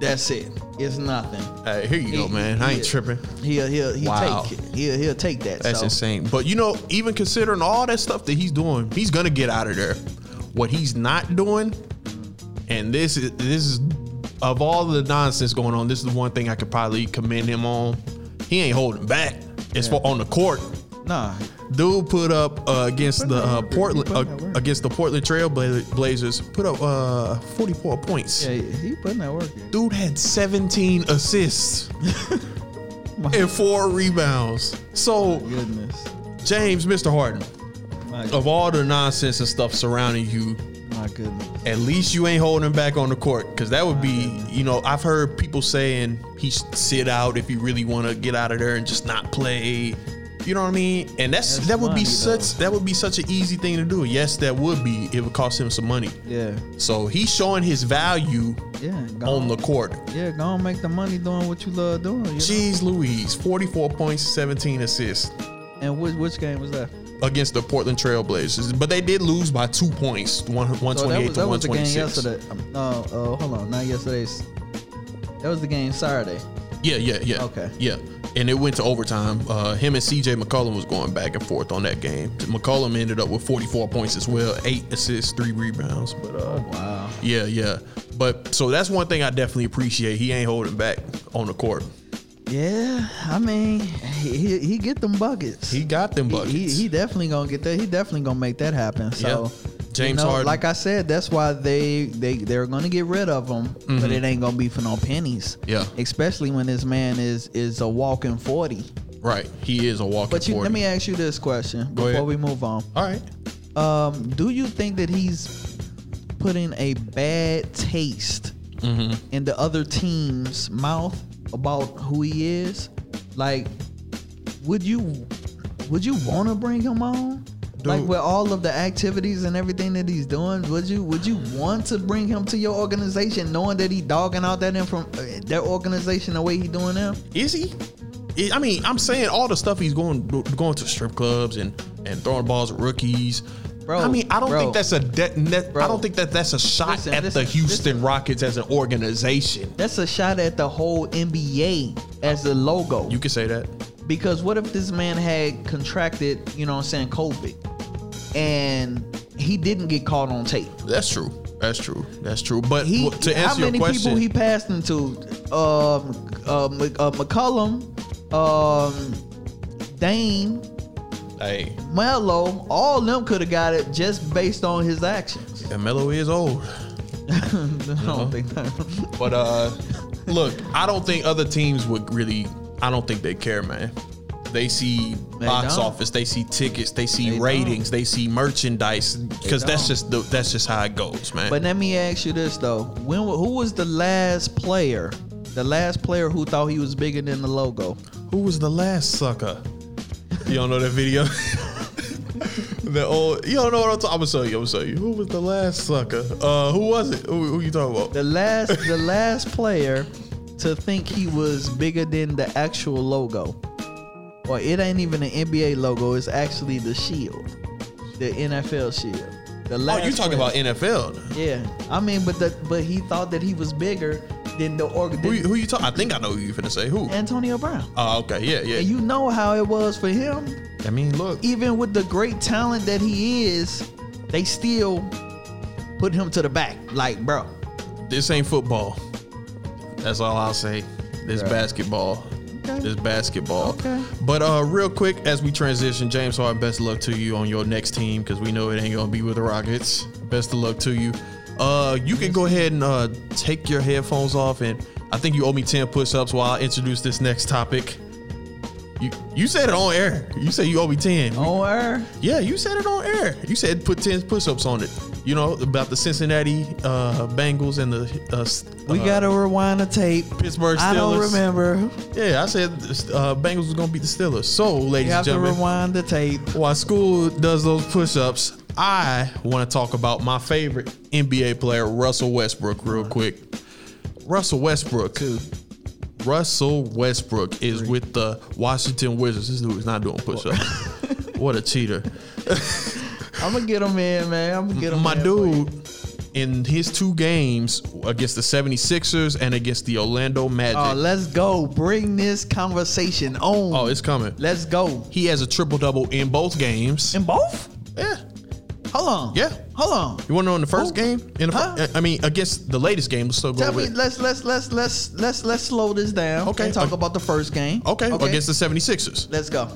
B: That's it. It's nothing.
A: Hey, here you go,
B: He-
A: man.
B: he-
A: I ain't tripping.
B: He'll he'll he'll
A: Wow.
B: take it. He'll he'll take that.
A: That's
B: so.
A: insane. But you know, even considering all that stuff that he's doing, he's gonna get out of there. What he's not doing, and this is this is of all the nonsense going on, this is the one thing I could probably commend him on. He ain't holding back. It's for on the court.
B: Nah.
A: Dude put up uh, against the uh,
B: work, dude.
A: Portland
B: He putting that
A: uh,
B: work.
A: against the Portland Trail Bla- Blazers put up uh, 44 points.
B: Yeah, he putting that work in.
A: Dude had 17 assists and four rebounds. So
B: Goodness.
A: James, Mr. Harden,
B: My,
A: of all the nonsense and stuff surrounding you,
B: my goodness.
A: at least you ain't holding back on the court because that would be, you know, I've heard people saying he should sit out if you really want to get out of there and just not play. You know what I mean? And that's,
B: That's
A: that would be
B: money, though.
A: such that would be such an easy thing to do. Yes, that would be. It would cost him some money.
B: Yeah.
A: So he's showing his value
B: Yeah. Go
A: on the court.
B: Yeah, go on make the money doing what you love doing. you know?
A: Jeez Louise, 44 points, 17 assists
B: And which which game was that?
A: against the Portland Trailblazers. But they did lose by two points, one- 128
B: So that was,
A: to
B: that was the game
A: 126.
B: yesterday. Um, No, uh, hold on, not yesterday's. That was the game Saturday.
A: Yeah, yeah, yeah.
B: Okay.
A: Yeah. And it went to overtime. Uh, him and CJ McCollum was going back and forth on that game. McCollum ended up with 44 points as well, eight assists, three rebounds. But uh,
B: Oh, Wow.
A: yeah, yeah. But so that's one thing I definitely appreciate. He ain't holding back on the court.
B: Yeah, I mean, he he, he get them buckets.
A: He got them
B: He-
A: buckets.
B: He, he definitely gonna get that. He definitely gonna make that happen. So
A: Yeah. James
B: you know,
A: Harden.
B: like I said, that's why they they they're gonna get rid of him, but it ain't gonna be for no pennies.
A: Mm-hmm. Yeah.
B: especially when this man is is a walking forty.
A: right. He is a walking
B: But you,
A: 40.
B: let me ask you this question
A: Go
B: before
A: ahead.
B: we move on.
A: All right.
B: Um, do you think that he's putting a bad taste in the other team's mouth about who he is? Like, would you would you want to bring him on? Like
A: Dude.
B: with all of the activities and everything that he's doing, would you would you want to bring him to your organization, knowing that he dogging out that from their organization the way he doing them?
A: Is he? I I mean, I'm saying all the stuff he's going going to strip clubs and and throwing balls at rookies.
B: Bro,
A: I mean, I don't
B: bro.
A: think that's a de- ne- I
B: Bro.
A: don't think that that's a shot
B: Listen,
A: at
B: listen,
A: the Houston Rockets as an organization.
B: That's a shot at the whole NBA as the logo.
A: You can say that.
B: Because what if this man had contracted, you know what I'm saying, COVID and he didn't get caught on tape?
A: That's true. That's true. That's true. But
B: He,
A: w- to
B: how
A: answer your
B: many
A: question,
B: people he passed into? Um, uh, Mc- uh, McCollum, um, Dame,
A: hey,
B: Melo, all them could have got it just based on his actions.
A: and Melo is old.
B: I
A: Uh-huh.
B: don't think that.
A: But uh, look, I don't think other teams would really. I don't think they care, man. They see box
B: don't.
A: office, they see tickets, they see
B: They
A: ratings, they see merchandise, because that's
B: don't.
A: just the that's just how it goes, man.
B: But let me ask you this though: When wa- who was the last player? The last player who thought he was bigger than the logo?
A: Who was the last sucker? You don't know that video? the old, you don't know what I'm talking. I'm gonna show you. I'm gonna show you. Who was the last sucker? Uh, who was it? Who, who you talking about?
B: The last, the last player to think he was bigger than the actual logo. Or it ain't even an NBA logo. It's actually the shield, the NFL shield. The
A: Oh,
B: last
A: you talking
B: player.
A: about NFL?
B: Yeah, I mean, but the, but he thought that he was bigger than the organ.
A: Who, you- who you talking? I think I know who you finna say. Who?
B: Antonio Brown.
A: Oh, okay, yeah, yeah.
B: And you know how it was for him.
A: I mean, look,
B: Even with the great talent that he is, they still put him to the back. Like, bro,
A: this ain't football. That's all I'll say. This
B: Right.
A: basketball.
B: Okay.
A: This basketball.
B: Okay.
A: But uh, real quick, as we transition, James Harden, best of luck to you on your next team because we know it ain't gonna be with the Rockets. Best of luck to you. Uh, you can go ahead and uh, take your headphones off, and I think you owe me ten push-ups while I introduce this next topic. You you said it on air. You said you owe me ten.
B: on air.
A: Yeah, you said it on air. You said put 10 push ups on it. You know, about the Cincinnati uh, Bengals and the. Uh, s-
B: We
A: uh,
B: gotta rewind the tape.
A: Pittsburgh
B: I don't
A: Steelers.
B: remember.
A: Yeah, I said uh, Bengals was going to beat the Steelers. So,
B: You
A: ladies and
B: have to
A: gentlemen,
B: rewind the tape.
A: while school does those push ups, I want to talk about my favorite NBA player, Russell Westbrook, real quick. Russell Westbrook. Russell Westbrook is with the Washington Wizards. This dude is not doing push ups. what a cheater.
B: I'm gonna get him in, man. I'm gonna get him.
A: my
B: in for you.
A: dude in his two games against the 76ers and against the Orlando Magic.
B: Oh, let's go. Bring this conversation on.
A: oh, it's coming.
B: let's go.
A: He has a triple double in both games.
B: In both?
A: Yeah.
B: Hold on.
A: Yeah.
B: Hold on.
A: You want to know in the first
B: Who?
A: game? In the fir-
B: Oh, Huh?
A: I mean, against the latest game. Let's still go
B: Tell me,
A: with it.
B: let's let's let's let's let's let's slow this down.
A: Okay.
B: And talk
A: Okay.
B: about the first game.
A: Okay, against the 76ers.
B: Let's go.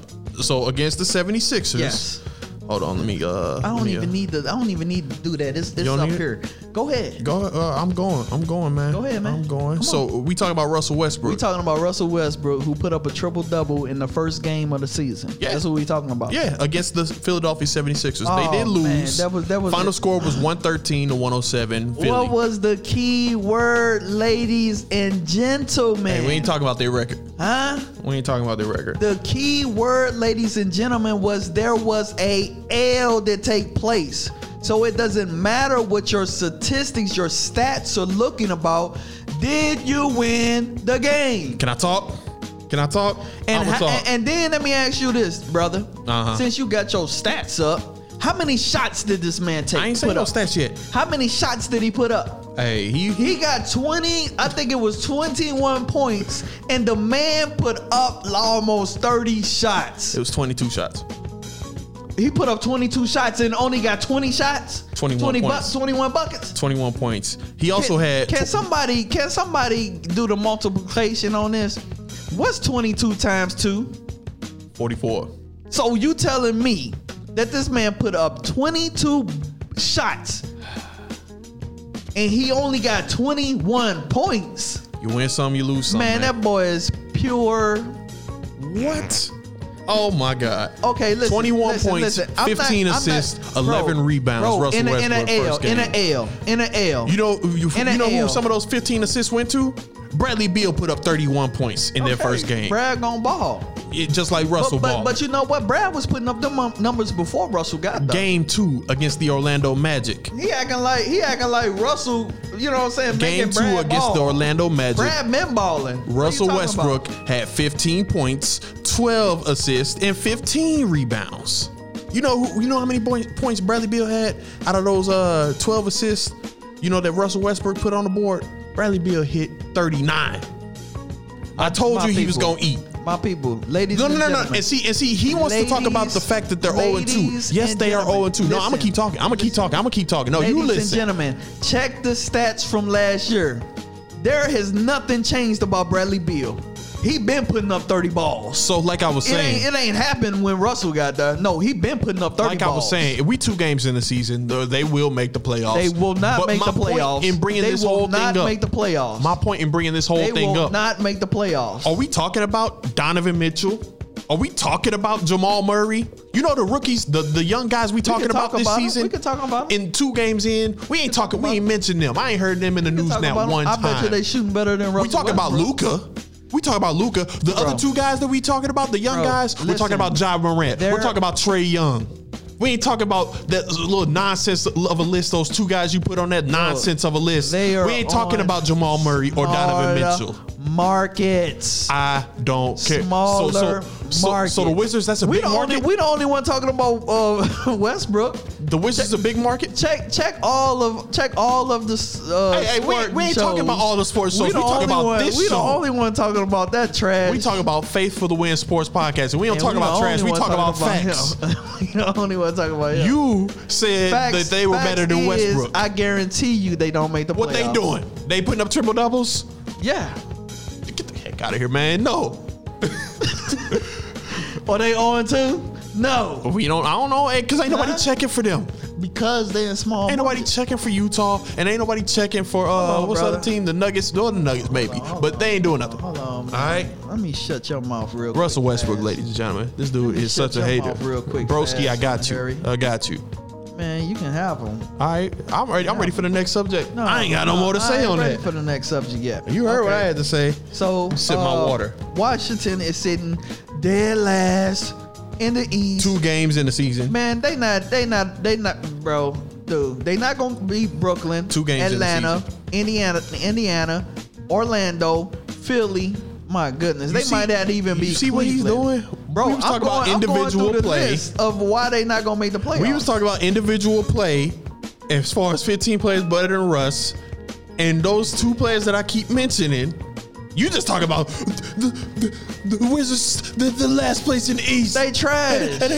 A: So against the 76ers.
B: Yes.
A: Hold on, let me. Uh,
B: I don't even need to. I don't even need to do that. It's, it's
A: don't
B: up
A: need it?
B: here. Go ahead.
A: Go. Uh, I'm going. I'm going, man.
B: Go ahead, man.
A: I'm going.
B: Come
A: so we talking about Russell Westbrook.
B: We talking about Russell Westbrook, who put up a triple double in the first game of the season.
A: Yeah.
B: That's what we talking about.
A: Yeah, against the Philadelphia 76ers.
B: Oh,
A: they did lose.
B: man, that was- that was-
A: Final score was 113 to 107. Philly.
B: What was the key word, ladies and gentlemen?
A: hey, we ain't talking about their record.
B: huh?
A: We ain't talking about their record.
B: The key word, ladies and gentlemen, was there was a L that take place. So it doesn't matter what your statistics, your stats are looking about. Did you win the game?
A: Can I talk? Can I talk?
B: And
A: I'ma
B: ho-
A: talk.
B: and, and then let me ask you this, brother.
A: Uh-huh.
B: Since you got your stats up, how many shots did this man take?
A: I ain't saying
B: put
A: no
B: up?
A: stats yet.
B: How many shots did he put up?
A: Hey, he he.
B: He got 20, I think it was 21 points, and the man put up almost 30 shots.
A: It was 22 shots.
B: He put up 22 shots and only got 20 shots.
A: 21
B: bu-
A: points.
B: 21 buckets.
A: 21 points. He also had.
B: Can somebody can somebody do the multiplication on this? What's 22 times 2?
A: 44.
B: So you telling me that this man put up 22 shots and he only got 21 points?
A: You win some, you lose some. Man,
B: Man, that boy is pure.
A: what? Oh my God.
B: Okay, listen.
A: 21
B: listen,
A: points,
B: listen. I'm
A: 15
B: I'm
A: assists, 11 rebounds, Russell
B: in a, in a
A: Westbrook
B: L,
A: first
B: in
A: game.
B: a L, in a L.
A: You know, you,
B: In a
A: you know who
B: L.
A: some of those 15 assists went to? Bradley Beal put up 31 points in their
B: Okay,
A: first game.
B: Brad gonna ball.
A: It- just like
B: But,
A: Russell
B: but,
A: Ball.
B: but you know what? Brad was putting up them um, numbers before Russell got them.
A: game two against the Orlando Magic.
B: He acting like he acting like Russell. You know what I'm saying?
A: Game
B: making
A: two
B: Brad
A: against
B: ball.
A: the Orlando Magic.
B: Brad men balling. What are you
A: Russell
B: talking
A: Westbrook had 15 points, 12 assists, and 15 rebounds.
B: about?
A: You know who, you know how many boy, points Bradley Beal had out of those uh 12 assists. You know that Russell Westbrook put on the board. Bradley Beal hit 39. I told
B: My
A: you he was
B: people.
A: gonna eat.
B: My people, ladies.
A: No, no,
B: and
A: no, no.
B: gentlemen.
A: And see, and see, he wants to talk about the
B: Ladies-
A: fact that they're 0 and 2.
B: ladies
A: Yes,
B: and
A: they are 0 and 2. No, I'm gonna
B: gentlemen,
A: keep talking. I'm gonna keep
B: listen.
A: talking. I'm gonna keep talking. No,
B: Ladies
A: you listen.
B: and gentlemen, check the stats from last year. There has nothing changed about Bradley Beal. He been putting up 30 balls.
A: so, like I was
B: It
A: saying,
B: ain't, it ain't happened when Russell got there. No, he been putting up 30
A: like
B: balls.
A: I was saying, if we two games in the season, though, they will make the playoffs.
B: They will not
A: But
B: make
A: my
B: the
A: point
B: playoffs.
A: In bringing
B: they
A: this
B: will
A: whole
B: not
A: thing up,
B: make the playoffs.
A: my point in bringing this whole
B: they
A: thing
B: will
A: up.
B: not make the playoffs.
A: are we talking about Donovan Mitchell? Are we talking about Jamal Murray? You know the rookies, the, the young guys we talking
B: could
A: about
B: talk
A: this
B: about 'em.
A: season.
B: We could talk about 'em.
A: in two games in. We ain't talking. We
B: about
A: ain't mentioned them. I ain't heard them in the
B: You
A: news
B: talking
A: now
B: about 'em?
A: one time.
B: I bet you they shooting better than Russell.
A: We talking about
B: Westbrook.
A: Luca. We talking about Luca. The
B: Bro.
A: other two guys that we talking about, the young
B: Bro,
A: guys, we're
B: listen.
A: talking about Ja Morant. We're
B: They're-
A: talking about Trey Young. We ain't talking about that little nonsense of a list. Those two guys you put on that nonsense of a list.
B: They are
A: we ain't talking
B: on
A: about Jamal Murray or Donovan
B: smaller
A: Mitchell.
B: Markets.
A: I don't care.
B: Smaller
A: so, so,
B: market.
A: so the Wizards, that's a
B: we
A: big
B: the
A: market.
B: Only, we the only one talking about uh, Westbrook.
A: the Wizards a big market.
B: Check check all of check all of the uh,
A: Hey, hey, we-
B: sports
A: we ain't talking about all the sports shows. We talking about
B: one,
A: this
B: We the
A: show.
B: only one talking about that trash.
A: We talking about faith for the win sports podcast, and we don't
B: And
A: talk
B: we the
A: about trash.
B: only
A: We
B: one
A: talk about
B: talking
A: facts.
B: him. we the only one talking about him.
A: You said that they were
B: facts
A: better than
B: is,
A: Westbrook.
B: I guarantee you they don't make the
A: what they
B: playoffs.
A: doing? They putting up triple doubles?
B: Yeah.
A: Get the heck out of here, man! No,
B: Are they on two? No.
A: we don't. I don't know because ain't nobody
B: Huh?
A: checking for them.
B: Because they in small
A: Ain't nobody checking for Utah, and ain't nobody checking for uh
B: on,
A: what's the
B: brother.
A: other team? The Nuggets, no, the Nuggets maybe, but they ain't doing nothing.
B: Hold on, man.
A: All right.
B: Let me shut your mouth real quick.
A: Russell Westbrook,
B: man.
A: ladies and gentlemen, this dude
B: me
A: is
B: shut
A: such a
B: your
A: hater.
B: mouth real quick,
A: Broski, I
B: fast,
A: got you.
B: Harry.
A: I got you.
B: Man, you can have them.
A: All right, I'm ready. I'm ready for the next subject. I ain't got no more to
B: I
A: say
B: ain't
A: on
B: ready
A: that.
B: For the next subject yet.
A: You heard what
B: Okay.
A: I had to say.
B: So uh,
A: Sip my water.
B: Washington is sitting dead last in the East.
A: Two games in the season.
B: Man, they not, they not, they not, bro, dude. They not gonna beat Brooklyn,
A: Two games in the
B: Atlanta, Indiana, Indiana, Orlando, Philly. My goodness,
A: You
B: they
A: see-
B: might not even
A: you
B: be.
A: see what he's doing?
B: bro?
A: We was
B: I'm
A: talking about
B: going, I'm going
A: individual
B: through the
A: play.
B: list of why they not gonna make the playoffs.
A: We was talking about individual play as far as 15 players better than Russ. And those two players that I keep mentioning, you just talk about the, the, the Wizards, the, the last place in the East.
B: They trash.
A: And, and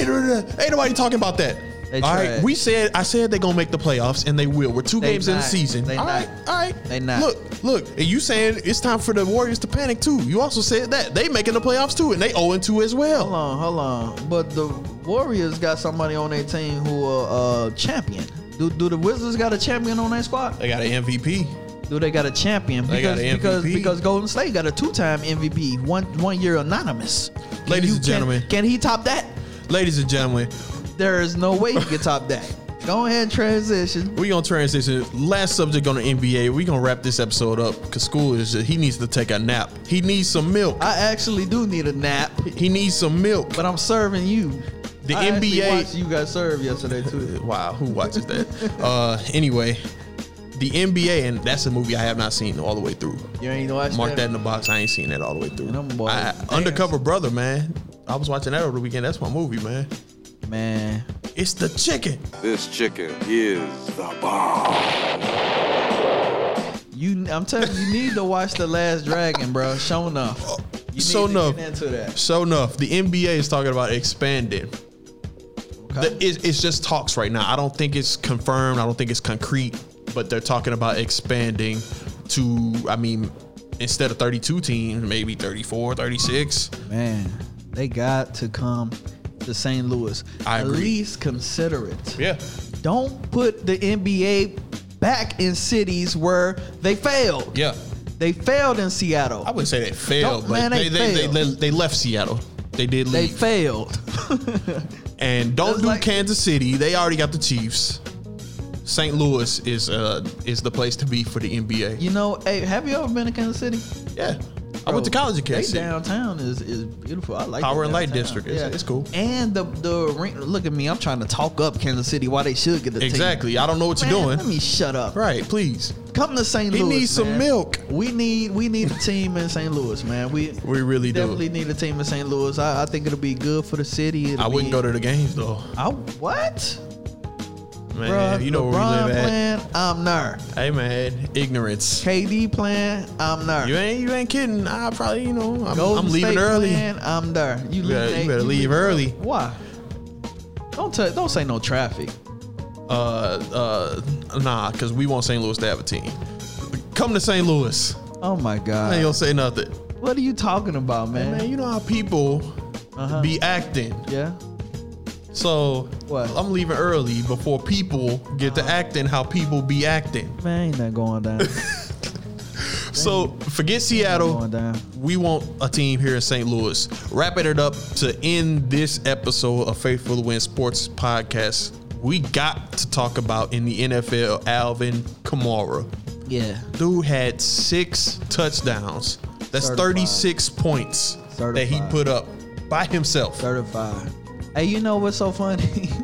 A: ain't, ain't nobody talking about that.
B: They
A: all right,
B: trash.
A: we said I said they're gonna make the playoffs, and they will. We're two
B: They
A: games in the
B: not.
A: season.
B: They
A: all
B: not.
A: right, all right.
B: They not.
A: Look, look, and you saying it's time for the Warriors to panic too. You also said that they making the playoffs too, and they 0 2 as well.
B: Hold on, hold on. But the Warriors got somebody on their team who a uh, champion. Do, do the Wizards got a champion on their squad?
A: They got an MVP.
B: Do they got a champion? Because
A: They got an
B: because
A: MVP.
B: because Golden State got a two time MVP, one one year anonymous. Can
A: Ladies
B: you-
A: and
B: can-
A: gentlemen.
B: can, he top that?
A: Ladies and gentlemen,
B: There is no way he can top that. Go ahead and transition.
A: we gonna transition. Last subject on the NBA. We gonna wrap this episode up because school is. Just, he needs to take a nap. He needs some milk.
B: I actually do need a nap,
A: He needs some milk.
B: but I'm serving you.
A: The
B: I actually
A: NBA
B: watched you guys serve yesterday too.
A: Wow, who watches that? uh, anyway, the NBA, and that's a movie I have not seen all the way through.
B: You ain't watched
A: Mark that in the box. I ain't seen that all the way through.
B: Them boys
A: I-
B: dance.
A: undercover brother, man. I was watching that over the weekend. That's my movie, man.
B: man.
A: It's the chicken.
D: This chicken is the bomb.
B: You, I'm telling you, you need to watch The Last Dragon, bro. Show enough. You
A: So
B: need to
A: enough.
B: get into that.
A: So enough. The NBA is talking about expanding. The- it's, it's just talks right now. I don't think it's confirmed. I don't think it's concrete, but they're talking about expanding to, I mean, instead of 32 teams, maybe 34, 36.
B: Man, they got to come to St. Louis.
A: I
B: At
A: agree.
B: least consider it.
A: Yeah.
B: Don't put the NBA back in cities where they failed.
A: Yeah.
B: They failed in Seattle.
A: I wouldn't say they failed,
B: Don't-
A: but
B: man,
A: they,
B: they
A: they, they,
B: failed.
A: they, they left Seattle. They did
B: they
A: leave.
B: failed.
A: and don't
B: Just
A: do
B: like-
A: Kansas City. They already got the Chiefs. St. Louis is uh is the place to be for the NBA.
B: you know, hey, have you ever been to Kansas City?
A: Yeah. I went to
B: Bro,
A: college in Kansas
B: They
A: City.
B: downtown is, is beautiful. I like
A: Power
B: that
A: and Light
B: downtown.
A: District. It's- it's cool.
B: And the the arena- look at me. I'm trying to talk up Kansas City. Why they should get the team.
A: Exactly. I don't know what you're
B: Man,
A: doing.
B: Let me shut up.
A: Right, please.
B: Come to St.
A: He
B: Louis.
A: needs some
B: man.
A: milk.
B: We need we need a team in St. Louis, man. We
A: We really do.
B: definitely need a team in St. Louis. I, I think it'll be good for the city. It'll
A: I wouldn't
B: be-
A: go to the games though.
B: I what?
A: Man,
B: Bruh,
A: you know where we
B: LeBron
A: live at.
B: playing, I'm there.
A: Hey man, ignorance.
B: KD playing, I'm there.
A: You ain't you ain't kidding. I probably you know I'm,
B: Golden
A: I'm leaving
B: State
A: early.
B: Playing, I'm there. You,
A: You better,
B: leave,
A: you better leave early.
B: Why? Don't tell, don't say no traffic.
A: Uh, uh, nah, cause we want St. Louis to have a team. Come to St. Louis.
B: Oh my
A: I ain't
B: god.
A: gonna say nothing.
B: What are you talking about, man?
A: Man, you know how people
B: Uh-huh.
A: be acting.
B: yeah.
A: So
B: What?
A: I'm leaving early before people get to acting how people be acting.
B: Man, ain't that going down?
A: So forget Seattle.
B: going down.
A: We want a team here in St. Louis. Wrapping it up to end this episode of Faithful to Win Sports Podcast. We got to talk about in the NFL Alvin Kamara.
B: Yeah.
A: Dude had six touchdowns. That's
B: Certified.
A: 36 points that he
B: Certified.
A: put up by himself.
B: Certified. Hey, you know what's so funny?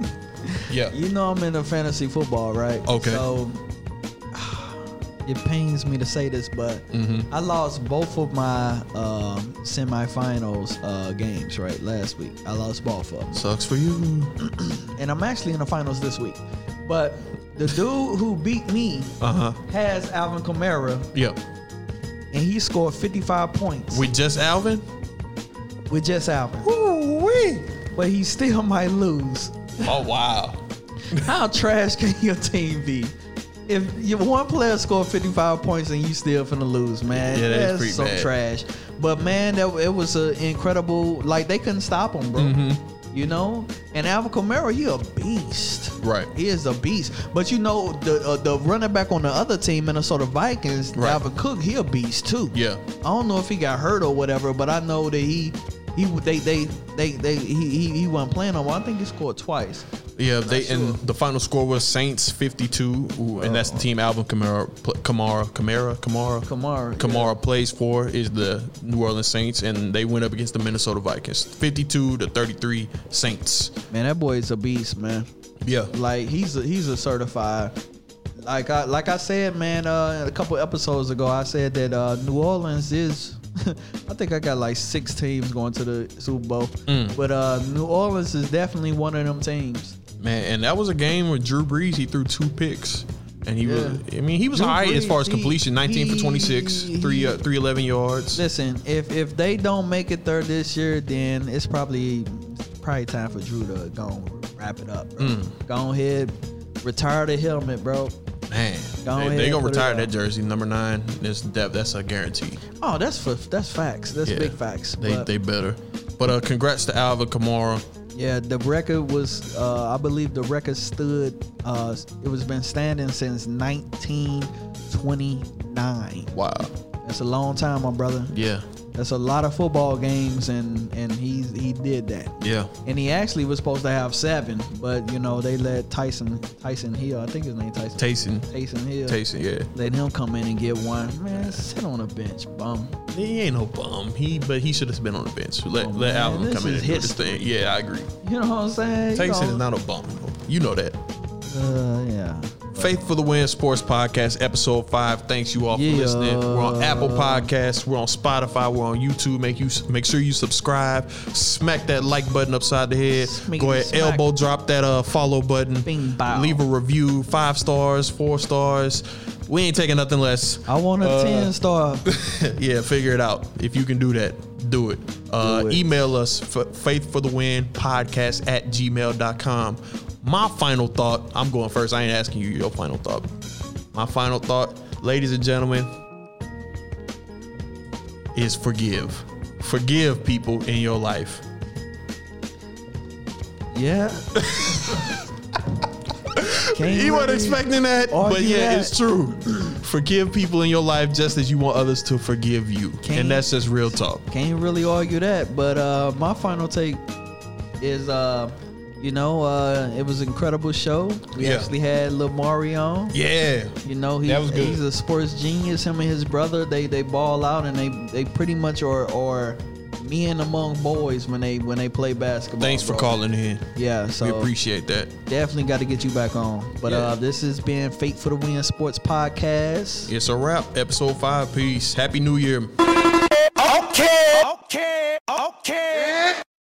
A: Yeah.
B: you know I'm into fantasy football, right?
A: Okay.
B: So it pains me to say this, but I lost both of my um, semifinals uh, games, right? Last week, I lost both of them.
A: Sucks for you.
B: and I'm actually in the finals this week. But the dude who beat me
A: Uh huh.
B: has Alvin Kamara,
A: Yep.
B: and he scored 55 points
A: With just Alvin?
B: with just Alvin.
A: Ooh-wee.
B: But he still might lose.
A: Oh, wow.
B: How trash can your team be? If your one player scored 55 points and you still finna lose, man,
A: Yeah, that is
B: that's
A: pretty
B: some
A: bad.
B: trash. But man, that it was an incredible. Like they couldn't stop him, bro.
A: Mhm.
B: You know, and Alvin Kamara, he a beast.
A: Right.
B: He is a beast. But you know, the uh, the running back on the other team, Minnesota Vikings,
A: Right.
B: Dalvin Cook, he a beast too.
A: Yeah.
B: I don't know if he got hurt or whatever, but I know that he he they they they they he he, he wasn't playing on. I think he scored twice.
A: Yeah, they
B: sure.
A: and the final score was Saints 52, ooh, and
B: Oh.
A: that's the team Alvin Kamara, pl- Kamara, Kamara, Kamara,
B: Kamara,
A: Kamara plays for is the New Orleans Saints, and they went up against the Minnesota Vikings, 52 to 33 Saints.
B: Man, that boy is a beast, man.
A: Yeah,
B: Like he's a, he's a certified. Like I like I said, man. Uh, a couple episodes ago, I said that uh, New Orleans is. I think I got like six teams going to the Super Bowl,
A: Mm.
B: but uh, New Orleans is definitely one of them teams.
A: man, and that was a game where Drew Brees he threw two picks, and he was,
B: Yeah.
A: I mean, he was
B: Drew
A: all right as far as
B: Brees, he-
A: completion, 19 for 26,
B: he-
A: three uh, 311 yards.
B: Listen, if if they don't make it third this year, then it's probably probably time for Drew to go and wrap it up. Bro.
A: Mm.
B: Go ahead, retire the helmet, bro.
A: Man,
B: Go
A: they,
B: ahead,
A: they gonna
B: put it
A: retire
B: up.
A: that jersey number nine. That's depth. That's a guarantee.
B: Oh, that's for that's facts. That's big facts.
A: They
B: But-
A: they better. But uh, congrats to Alvin Kamara.
B: Yeah, the record was, uh, I believe the record stood, uh, it was been standing since 1929.
A: Wow.
B: That's a long time, my brother.
A: Yeah.
B: That's a lot of football games, and and he he did that.
A: Yeah.
B: And he actually was supposed to have seven, but you know they let Tyson Tyson Hill, I think his name Tyson
A: Taysom.
B: Tyson Hill,
A: Taysom. Yeah.
B: let him come in and get one. Man, sit on a bench, bum.
A: He ain't no bum. He but he should have been on the bench. Let
B: Oh,
A: let
B: man,
A: Alvin
B: this
A: come in
B: is
A: and do his
B: history.
A: thing. Yeah, I agree.
B: You know what I'm saying? You
A: Taysom is
B: know,
A: not a bum. You know that.
B: Uh, yeah.
A: Faith for the Win Sports Podcast, episode five. Thanks you all for
B: Yeah.
A: listening. We're on Apple Podcasts, we're on Spotify, we're on YouTube. Make you make sure you subscribe, smack that like button upside the head.
B: Smack
A: Go
B: it,
A: ahead,
B: smack.
A: elbow drop that uh follow button.
B: Bing, bow.
A: Leave a review, five stars, four stars. We ain't taking nothing less.
B: I want a
A: Uh,
B: ten star.
A: yeah, figure it out. If you can do that, do it. Uh,
B: Do it.
A: Email us, f- faith for the win podcast at gmail.com. My final thought, I'm going first. I ain't asking you your final thought. My final thought, ladies and gentlemen, is forgive. Forgive people in your life.
B: Yeah. Can't
A: You weren't
B: really-
A: expecting that, but
B: argue
A: yeah,
B: that.
A: it's true. forgive people in your life just as you want others to forgive you.
B: Can't-
A: and that's just real talk.
B: Can't really argue that. But uh, my final take is uh, You know, uh, it was an incredible show. We
A: Yeah.
B: actually had Lil Mari on.
A: Yeah.
B: You know, he's,
E: That was good.
B: he's a sports genius. Him and his brother, they they ball out and they they pretty much are are men among boys when they when they play basketball.
A: Thanks for
B: bro.
A: calling in.
B: Yeah, so
A: We appreciate that.
B: definitely got to get you back on. But
A: Yeah.
B: uh, this has been Fate for the Win Sports Podcast.
A: It's a wrap. Episode five. Peace. Happy New Year.
E: Okay. Okay. Okay.